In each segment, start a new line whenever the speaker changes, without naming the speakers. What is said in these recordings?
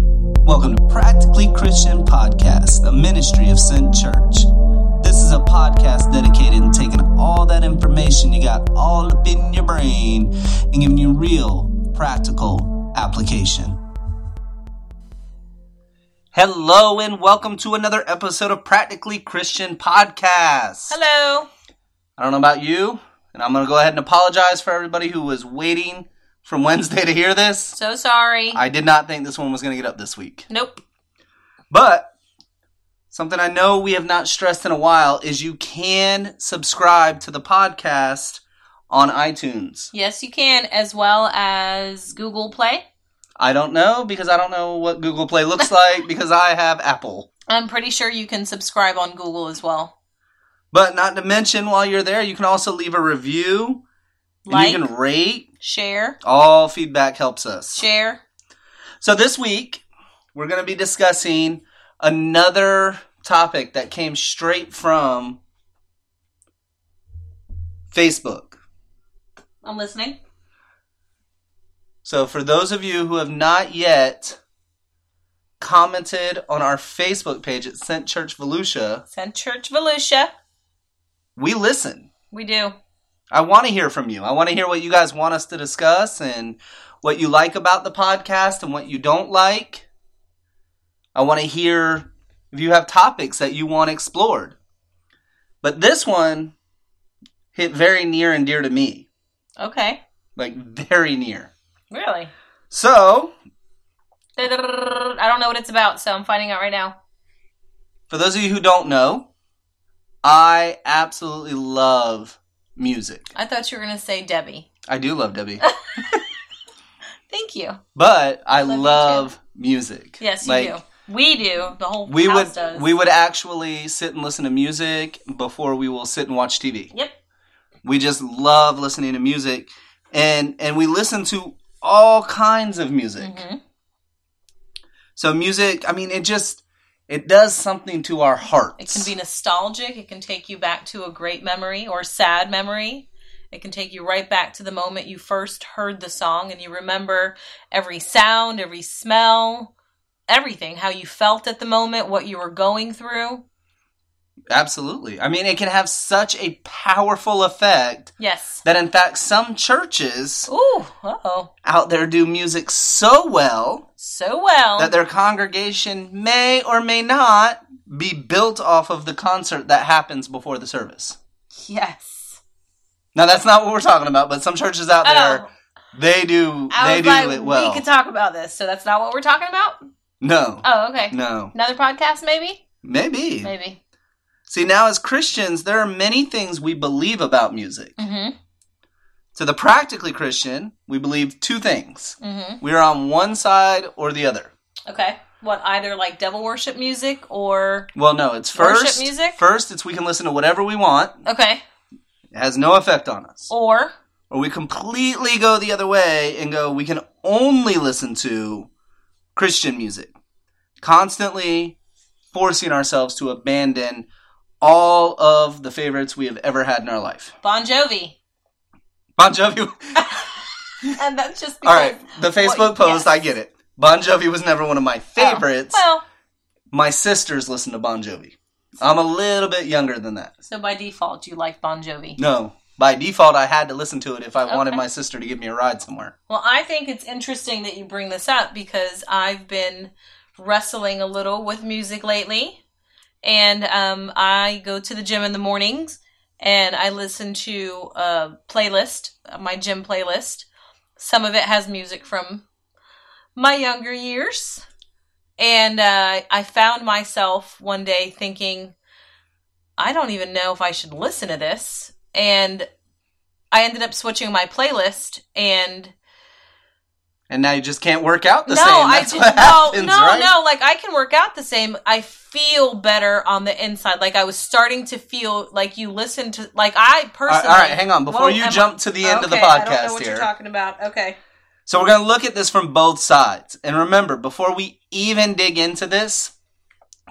Welcome to Practically Christian Podcast, the ministry of Sin Church. This is a podcast dedicated to taking all that information you got all up in your brain and giving you real, practical application. Hello, and welcome to another episode of Practically Christian Podcast.
Hello.
I don't know about you, and I'm going to go ahead and apologize for everybody who was waiting from Wednesday to hear this.
So sorry.
I did not think this one was going to get up this week.
nope.
But something I know we have not stressed in a while is you can subscribe to the podcast on iTunes.
Yes, you can, as well as Google Play.
I don't know because I don't know what Google Play looks like because I have Apple.
I'm pretty sure you can subscribe on Google as well.
But not to mention, while you're there, you can also leave a review and
Like,
you can rate.
share,
All feedback helps us.
share.
So this week, we're going to be discussing another topic that came straight from Facebook.
I'm listening.
So, for those of you who have not yet commented on our Facebook page at Sent Church Volusia,
Send Church Volusia.
we listen.
We do.
I want to hear from you. I want to hear what you guys want us to discuss and what you like about the podcast and what you don't like. I want to hear if you have topics that you want explored. But this one hit very near and dear to me,
Okay.
like very near.
Really?
So,
I don't know what it's about, so I'm finding out right now.
For those of you who don't know, I absolutely love music.
I thought you were going to say Debbie.
I do love Debbie,
Thank you.
but I
Love
love,
you
music.
Yes, you
Like,
do. We do. The whole
We
house
would
does.
we would actually sit and listen to music before we will sit and watch TV.
Yep.
We just love listening to music, and and we listen to all kinds of music.
Mhm.
So music, I mean, it just it does something to our hearts.
It can be nostalgic. It can take you back to a great memory or sad memory. It can take you right back to the moment you first heard the song and you remember every sound, every smell, everything, how you felt at the moment, what you were going through.
absolutely. I mean, it can have such a powerful effect
Yes.
that in fact some churches
Ooh, oh,
out there do music so well
so well.
that their congregation may or may not be built off of the concert that happens before the service.
yes.
Now that's not what we're talking about, but some churches out there
Oh,
they do
I
they
was
do
like,
it well.
we could talk about this. So that's not what we're talking about.
no.
Oh, okay.
No.
Another podcast, maybe.
Maybe.
Maybe.
See now as Christians there are many things we believe about music.
Mm-hmm.
To the practically Christian, we believe two things.
Mm-hmm.
We are on one side or the other.
Okay. What either like devil worship music or
Well, no, it's
Worship
first
music?
First, it's we can listen to whatever we want.
okay
It has no effect on us.
or
Or we completely go the other way and go, we can only listen to Christian music. Constantly forcing ourselves to abandon all of the favorites we have ever had in our life.
Bon Jovi.
Bon Jovi.
And that's just
all
because.
right, the Facebook
Well,
post,
yes.
I get it. Bon Jovi was never one of my
Oh,
favorites.
well,
My sisters listen to Bon Jovi. I'm a little bit younger than that.
so by default, you like Bon Jovi.
No. By default, I had to listen to it if I wanted
Okay.
my sister to give me a ride somewhere.
Well, I think it's interesting that you bring this up because I've been wrestling a little with music lately. And um, I go to the gym in the mornings and I listen to a playlist, my gym playlist. Some of it has music from my younger years. And uh, I found myself one day thinking, I don't even know if I should listen to this. And I ended up switching my playlist and
And now you just can't work out the
no,
same.
I
That's
didn't.
what happens,
no, no,
right?
no. Like I can work out the same. I feel better on the inside. Like I was starting to feel like you listen to. Like I
All right,
personally.
all right, hang on. Before
Whoa,
you
am
jump to the end of the
Okay, I don't know
podcast
what you're
here,
talking about. Okay.
so we're going to look at this from both sides. And remember, before we even dig into this,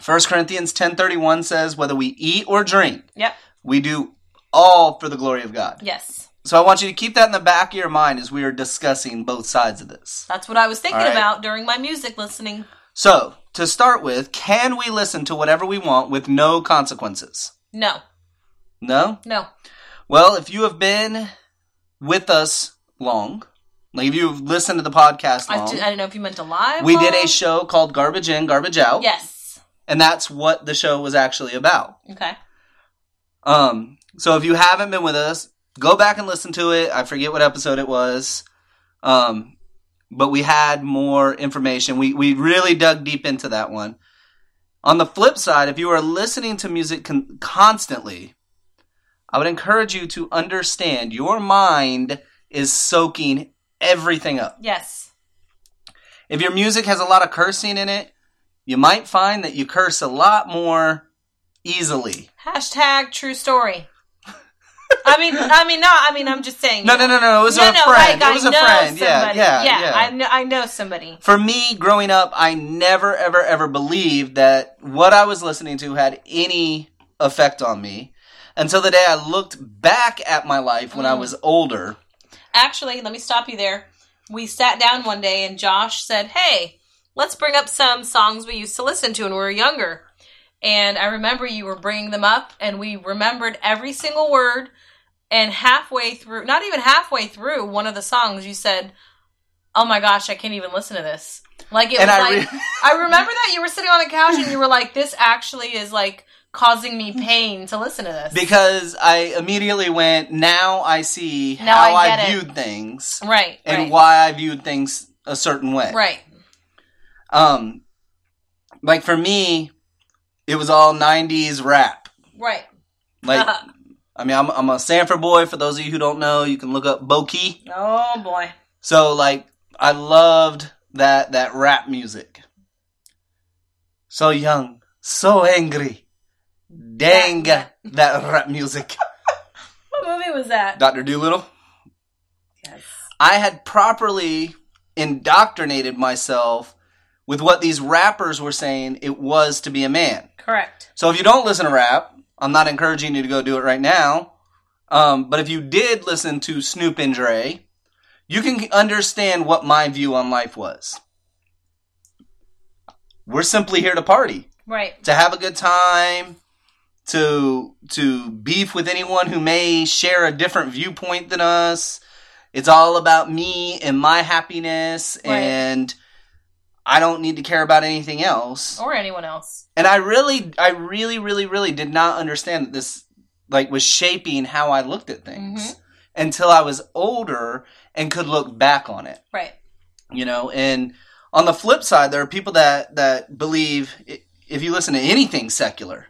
1 Corinthians 10:31 says whether we eat or drink,
Yep.
we do all for the glory of God.
Yes,
So I want you to keep that in the back of your mind as we are discussing both sides of this.
that's what I was thinking
All right.
about during my music listening.
So, to start with, can we listen to whatever we want with no consequences?
No,
No?
no.
Well, if you have been with us long, like if you've listened to the podcast
I,
long,
d- I don't know if you meant alive.
we did a show called Garbage In, Garbage Out.
Yes.
And that's what the show was actually about.
Okay.
Um, so if you haven't been with us, go back and listen to it. I forget what episode it was. Um, but we had more information. We we really dug deep into that one. On the flip side, if you are listening to music con- constantly, I would encourage you to understand your mind is soaking everything up.
Yes.
If your music has a lot of cursing in it, you might find that you curse a lot more easily.
Hashtag true story. I mean, I mean, no, I mean, I'm just saying.
No, no, no, no. It was
no,
a
no,
friend.
Like,
it was
I
a
know
friend. Yeah,
Somebody.
yeah, yeah.
I know, I know somebody.
For me, growing up, I never, ever, ever believed that what I was listening to had any effect on me until the day I looked back at my life when I
Mm.
was older.
Actually, let me stop you there. We sat down one day and Josh said, Hey, let's bring up some songs we used to listen to when we were younger. And I remember you were bringing them up, and we remembered every single word. And halfway through, not even halfway through one of the songs, you said, Oh my gosh, I can't even listen to this. Like, it
and
was
I,
like,
re-
I remember that you were sitting on the couch and you were like, "This actually is like causing me pain to listen to this."
because I immediately went, now I see
Now
how
I
I,
get it."
viewed things
right,
and
right,
why I viewed things a certain way.
right,
Um, like for me, it was all 90s rap.
right. Uh-huh.
Like, I mean, I'm, I'm a Sanford boy. For those of you who don't know, you can look up Boki.
oh boy,
So, like, I loved that that rap music. So young, so angry, dang
Yeah.
that rap music.
what movie was that?
Doctor Doolittle.
Yes.
I had properly indoctrinated myself with what these rappers were saying it was to be a man.
Correct.
So if you don't listen to rap, I'm not encouraging you to go do it right now. Um, but if you did listen to Snoop and Dre, you can understand what my view on life was. We're simply here to party,
Right.
to have a good time, to to beef with anyone who may share a different viewpoint than us. It's all about me and my happiness,
Right.
and I don't need to care about anything else
Or anyone else.
and i really i really really really did not understand that this like was shaping how i looked at things until i was older and could look back on it
Right.
you know and on the flip side there are people that that believe i- if you listen to anything secular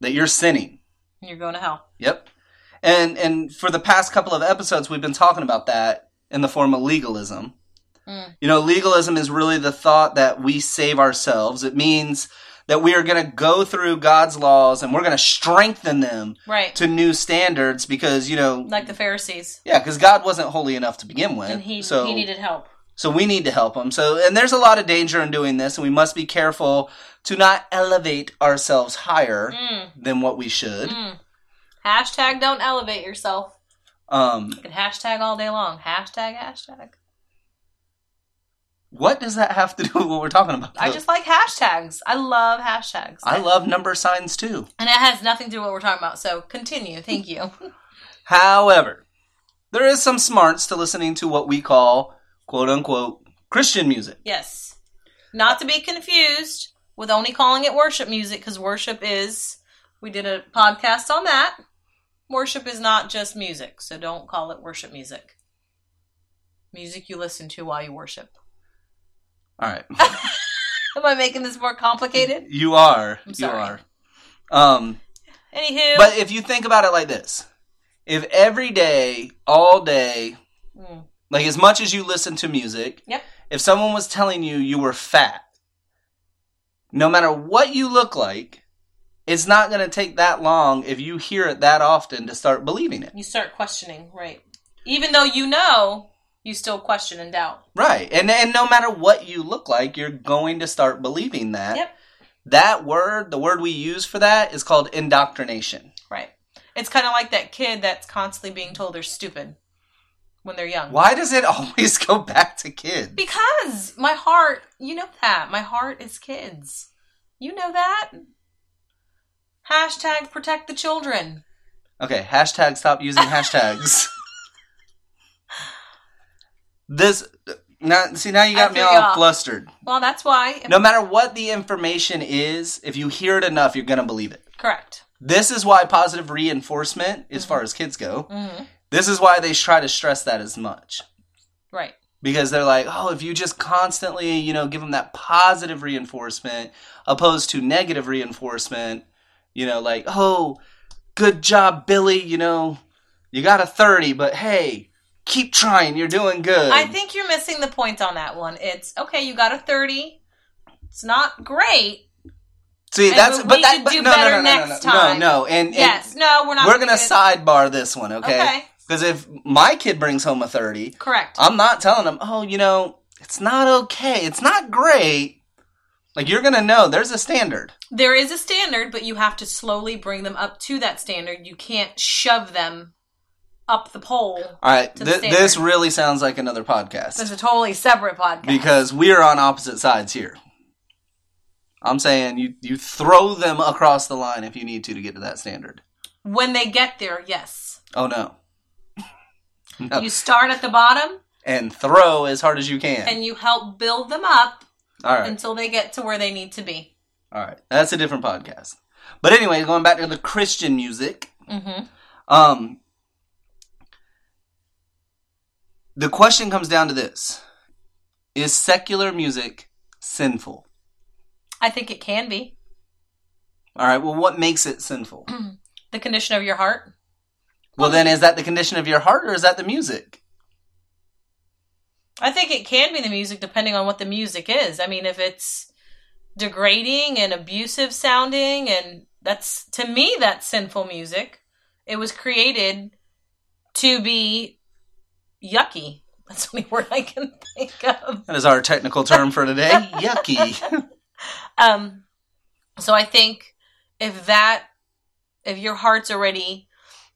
that you're sinning
You're going to hell.
yep and and for the past couple of episodes we've been talking about that in the form of legalism
Mm.
you know, legalism is really the thought that we save ourselves. It means that we are going to go through God's laws and we're going to strengthen them
Right.
to new standards because, you know,
Like the Pharisees,
yeah, because God wasn't holy enough to begin with.
and he
so,
he needed help.
so we need to help him. So, and there's a lot of danger in doing this, and we must be careful to not elevate ourselves higher
Mm,
than what we should.
mm. Hashtag don't elevate yourself.
Um,
You can hashtag all day long. Hashtag hashtag.
what does that have to do with what we're talking about?
I
though?
just like hashtags. I love hashtags.
I love number signs too.
And it has nothing to do with what we're talking about, so continue. Thank you.
However, there is some smarts to listening to what we call quote unquote Christian music.
yes. Not to be confused with only calling it worship music, because worship is, we did a podcast on that. Worship is not just music, so don't call it worship music. Music you listen to while you worship.
All right.
Am I making this more complicated?
You are.
I'm
you
sorry.
are. Um
Anywho.
but if you think about it like this, if every day, all day,
Mm,
like as much as you listen to music,
Yep.
if someone was telling you you were fat, no matter what you look like, it's not going to take that long if you hear it that often to start believing it.
you start questioning, right. Even though you know, you still question and doubt.
Right. And and no matter what you look like, you're going to start believing that.
Yep.
That word, the word we use for that is called indoctrination.
Right. It's kind of like that kid that's constantly being told they're stupid. when they're young.
Why does it always go back to kids?
Because my heart, you know that. My heart is kids. You know that. Hashtag protect the children.
Okay, hashtag stop using hashtags. this now see now you got
I
me
threw
all
you off.
flustered.
Well, that's why.
No matter what the information is, if you hear it enough, you're gonna believe it.
Correct.
This is why positive reinforcement, as
Mhm.
far as kids go,
hmm
this is why they try to stress that as much.
Right.
Because they're like, oh, if you just constantly, you know, give them that positive reinforcement opposed to negative reinforcement, you know, like, oh, good job, Billy, you know, you got a 30, but hey, keep trying, you're doing good.
I think you're missing the point on that one. It's okay. You got a thirty. It's not great.
See,
and
that's,
we
but that,
should
but
do
no, no,
better
no, no, no,
next
no,
time.
no, and, and
yes. No, we're not.
we're gonna
do it.
sidebar this one, okay?
Okay.
Because if my kid brings home a 30,
Correct.
I'm not telling them, oh, you know, it's not okay. It's not great. Like, you're going to know there's a standard.
there is a standard, but you have to slowly bring them up to that standard. You can't shove them up the pole.
All right.
To the
Th- this
standard.
really sounds like another
This is
podcast
a totally separate podcast.
because we are on opposite sides here. I'm saying you, you throw them across the line if you need to to get to that standard.
when they get there, yes,
Oh, no. no.
you start at the bottom
and throw as hard as you can.
and you help build them up
All right.
until they get to where they need to be.
All right. That's a different podcast. But anyway, going back to the Christian music.
Mm-hmm.
Um, the question comes down to this: Is secular music sinful?
I think it can be
All right. Well, what makes it sinful?
the condition of your heart.
Well, then, is that the condition of your heart, or is that the music?
I think it can be the music depending on what the music is. I mean, if it's degrading and abusive sounding and that's to me that's sinful music. It was created to be yucky. That's the only word I can think of.
That is our technical term for today. Yucky.
Um so I think if that if your heart's already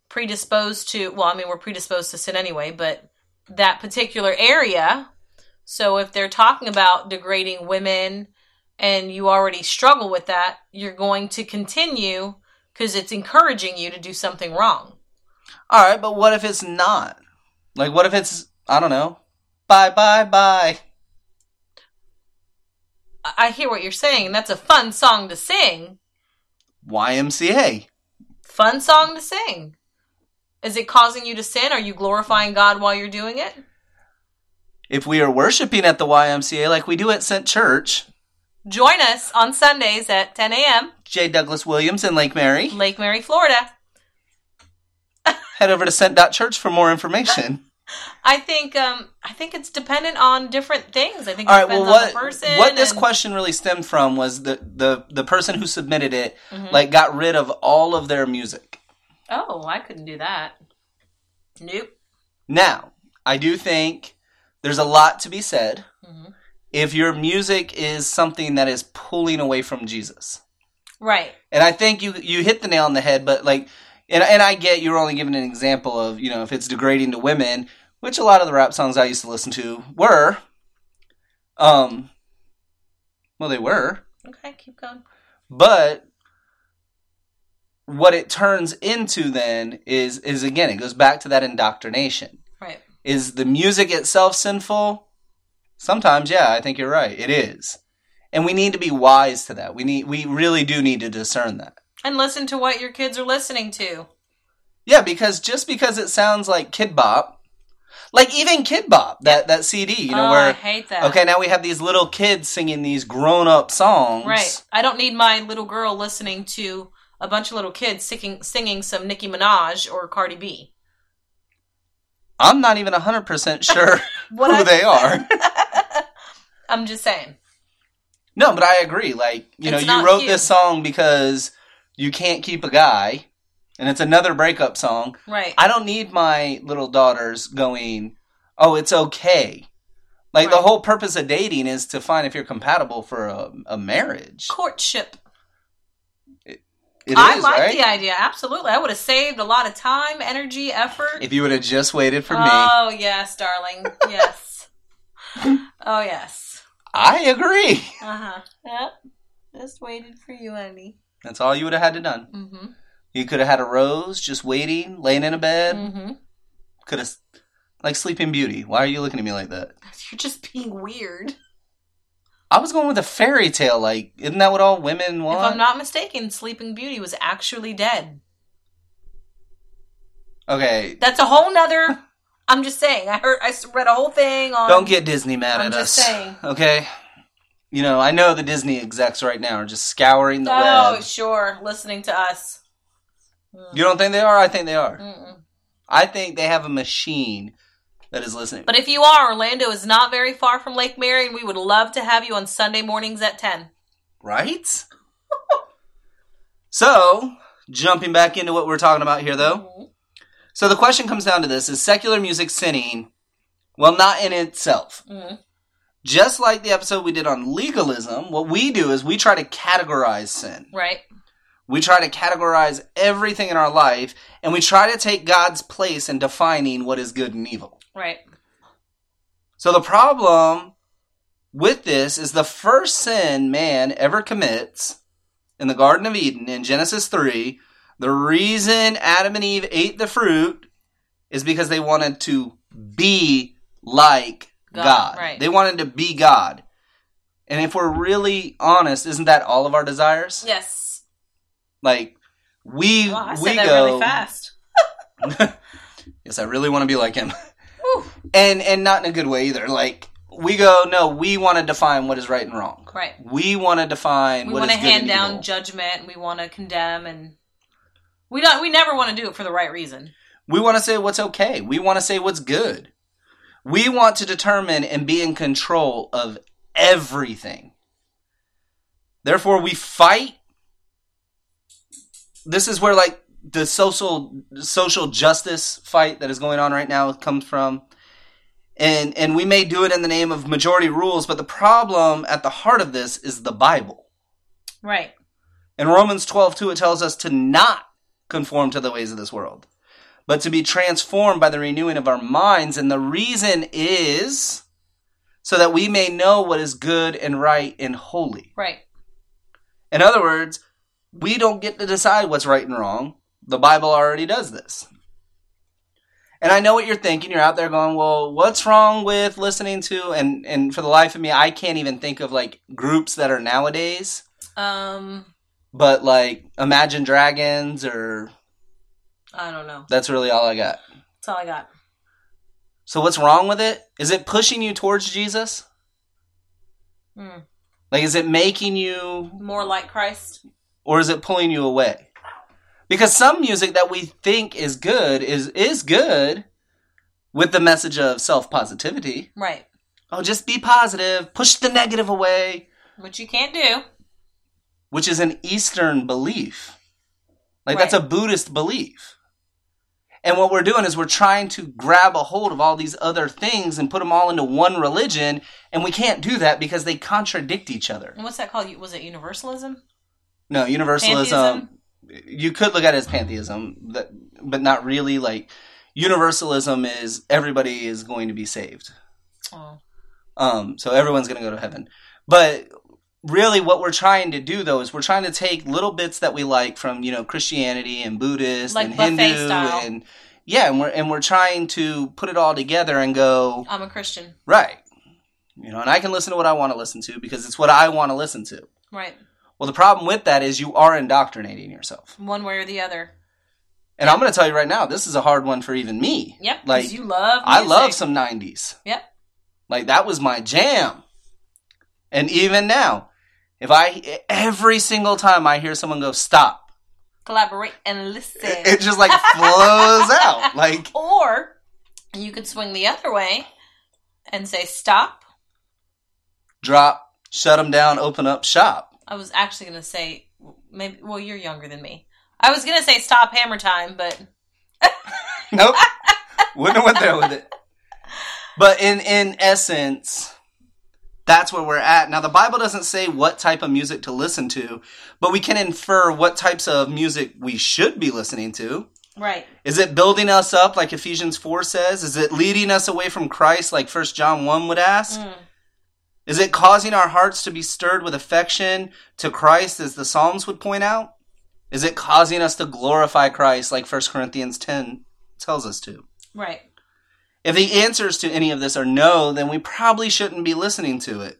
predisposed to well, I mean we're predisposed to sin anyway, but that particular area. So if they're talking about degrading women and you already struggle with that, you're going to continue because it's encouraging you to do something wrong.
All right, but what if it's not? Like, what if it's I don't know? Bye, bye, bye.
I I hear what you're saying, and that's a fun song to sing.
YMCA.
Fun song to sing. Is it causing you to sin? Are you glorifying God while you're doing it?
If we are worshiping at the YMCA like we do at St. Church,
Join us on Sundays at 10 a.m.
J. Douglas Williams in Lake Mary,
Lake Mary, Florida.
head over to St.Church for more information.
I think um I think it's dependent on different things. I think it
All right.
depends
Well,
on
what
the person.
what this
and-
question really stemmed from was the the the person who submitted it
Mhm.
like got rid of all of their music.
Oh, I couldn't do that. Nope.
Now, I do think there's a lot to be said
hmm
if your music is something that is pulling away from Jesus.
Right.
And I think you you hit the nail on the head, but like and and I get you're only giving an example of, you know, if it's degrading to women, which a lot of the rap songs I used to listen to were um well they were
Okay, keep going.
But what it turns into then is is again it goes back to that indoctrination.
Right.
Is the music itself sinful? Sometimes, yeah, I think you're right. It is. And we need to be wise to that. We need we really do need to discern that.
And listen to what your kids are listening to.
Yeah, because just because it sounds like Kid Bop, like even Kid Bop, that that CD, you know,
oh, I
where
hate that.
okay, now we have these little kids singing these grown-up songs.
Right. I don't need my little girl listening to a bunch of little kids singing singing some Nicki Minaj or Cardi B.
I'm not even 100% sure
What
who
I-
they are.
I'm just saying.
No, but I agree. Like, you
It's
know, you
not
wrote
cute.
this song because you can't keep a guy, and it's another breakup song.
Right.
I don't need my little daughters going, oh, it's okay. Like, the
Right.
whole purpose of dating is to find if you're compatible for a, a marriage.
Courtship.
It
I
is,
like
right?
the idea. Absolutely. I would have saved a lot of time, energy, effort.
If you would have just waited for me,
oh, yes, darling. Yes. oh, yes.
I agree.
Uh huh. Yep. Just waited for you, honey.
That's all you would have had to done.
Mm-hmm.
You could have had a rose just waiting, laying in a bed.
Mm-hmm.
Could have, like Sleeping Beauty. Why are you looking at me like that?
You're just being weird.
I was going with a fairy tale. Like, isn't that what all women want?
If I'm not mistaken, Sleeping Beauty was actually dead.
okay,
That's a whole nother. I'm just saying. I heard. I s- read a whole thing on.
don't get Disney mad
I'm
at
just
us.
saying.
Okay, you know I know the Disney execs right now are just scouring the
Oh,
web.
sure. Listening to us. Mm.
You don't think they are? I think they are.
Mm-mm.
I think they have a machine that is listening.
But if you are, Orlando is not very far from Lake Mary, and we would love to have you on Sunday mornings at ten.
right? so, jumping back into what we're talking about here, though. So the question comes down to this: Is secular music sinning? Well, not in itself.
Mhm.
Just like the episode we did on legalism, what we do is we try to categorize sin.
Right.
We try to categorize everything in our life, and we try to take God's place in defining what is good and evil.
Right.
So the problem with this is the first sin man ever commits in the Garden of Eden in Genesis 3. The reason Adam and Eve ate the fruit is because they wanted to be like
God,
God.
right.
They wanted to be God. And if we're really honest, isn't that all of our desires?
Yes.
Like we
Wow, I said
we
that
go
really fast.
Yes, I really want to be like him.
Whew.
and and not in a good way either. Like we go, no, we want to define what is right and wrong.
Right.
We want to define
We
what
want to
is good
hand
and
down
evil.
judgment, and we want to condemn, and we don't. We never want to do it for the right reason.
we want to say what's okay. We want to say what's good. We want to determine and be in control of everything. Therefore, we fight. This is where like the social social justice fight that is going on right now comes from. And and we may do it in the name of majority rules, but the problem at the heart of this is the Bible.
Right.
In Romans 12, 2, it tells us to not conform to the ways of this world, but to be transformed by the renewing of our minds. And the reason is so that we may know what is good and right and holy.
Right.
In other words, we don't get to decide what's right and wrong. The Bible already does this. And I know what you're thinking. You're out there going, well, what's wrong with listening to, and, and for the life of me, I can't even think of like groups that are nowadays
Um.
but like Imagine Dragons or
I don't know.
that's really all I got.
That's all I got.
So what's wrong with it? Is it pushing you towards Jesus?
Mm.
Like is it making you
More like Christ.
or is it pulling you away? Because some music that we think is good is is good with the message of self-positivity.
Right.
Oh, just be positive, push the negative away,
Which you can't do.
which is an Eastern belief. Like
Right.
that's a Buddhist belief. And what we're doing is we're trying to grab a hold of all these other things and put them all into one religion, and we can't do that because they contradict each other.
And what's that called? You- Was it universalism?
No, universalism. You could look at it as pantheism, that- but not really. Like universalism is everybody is going to be saved.
Oh.
Um, so everyone's going to go to heaven. But really, what we're trying to do though is we're trying to take little bits that we like from you know Christianity and Buddhist
Like
and
buffet
Hindu
style.
and yeah, and we're and we're trying to put it all together and go
I'm a Christian.
right. You know, and I can listen to what I want to listen to because it's what I want to listen to.
Right.
Well, the problem with that is you are indoctrinating yourself.
One way or the other.
And I'm going to tell you right now, this is a hard one for even me.
Yep. 'cause
Like,
you love.
I love
music.
some 90s.
Yep.
Like that was my jam. And even now, if I every single time I hear someone go stop,
Collaborate and listen.
it, it just like flows out. Like
or you could swing the other way and say stop.
drop, shut them down, open up shop.
I was actually gonna say maybe. Well, you're younger than me. I was gonna say stop hammer time, but
Nope. Wouldn't have went there with it. But in in essence, that's where we're at. Now, the Bible doesn't say what type of music to listen to, but we can infer what types of music we should be listening to.
Right.
Is it building us up like Ephesians 4 says? Is it leading us away from Christ like 1 John 1 would ask?
Mm.
Is it causing our hearts to be stirred with affection to Christ as the Psalms would point out? Is it causing us to glorify Christ like 1 Corinthians 10 tells us to?
Right.
If the answers to any of this are no, then we probably shouldn't be listening to it.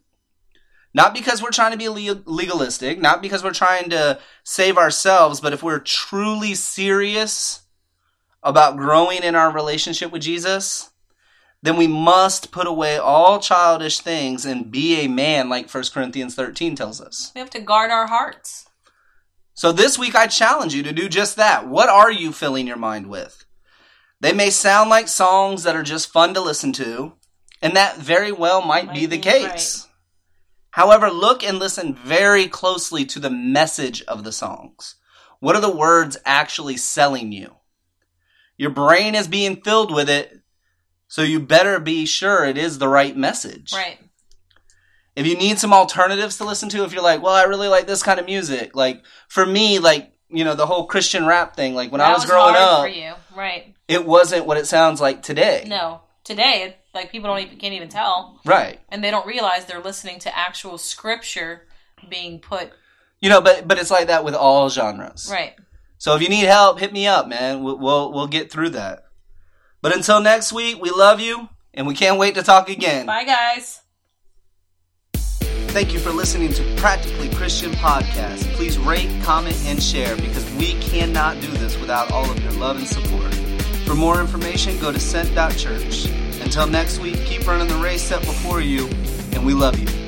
Not because we're trying to be le- legalistic, not because we're trying to save ourselves, but if we're truly serious about growing in our relationship with Jesus, then we must put away all childish things and be a man, like 1 Corinthians 13 tells us.
We have to guard our hearts.
So this week, I challenge you to do just that. What are you filling your mind with? They may sound like songs that are just fun to listen to, and that very well might,
Might
be the
be
case. However, look and listen very closely to the message of the songs. What are the words actually selling you? Your brain is being filled with it, so you better be sure it is the right message.
Right.
If you need some alternatives to listen to, if you're like, well, I really like this kind of music, like for me, like you know, the whole Christian rap thing, like when I
That
was, growing
hard
up,
for you. Right.
it wasn't what it sounds like today.
No. Today, it- like people don't even can't even tell,
Right.
and they don't realize they're listening to actual scripture being put.
You know, but but it's like that with all genres.
Right.
So if you need help, hit me up, man. We'll we'll, we'll get through that. But until next week, we love you and we can't wait to talk again.
Bye, guys.
Thank you for listening to Practically Christian Podcast. Please rate, comment, and share because we cannot do this without all of your love and support. For more information, go to scent.church. Until next week, keep running the race set before you, and we love you.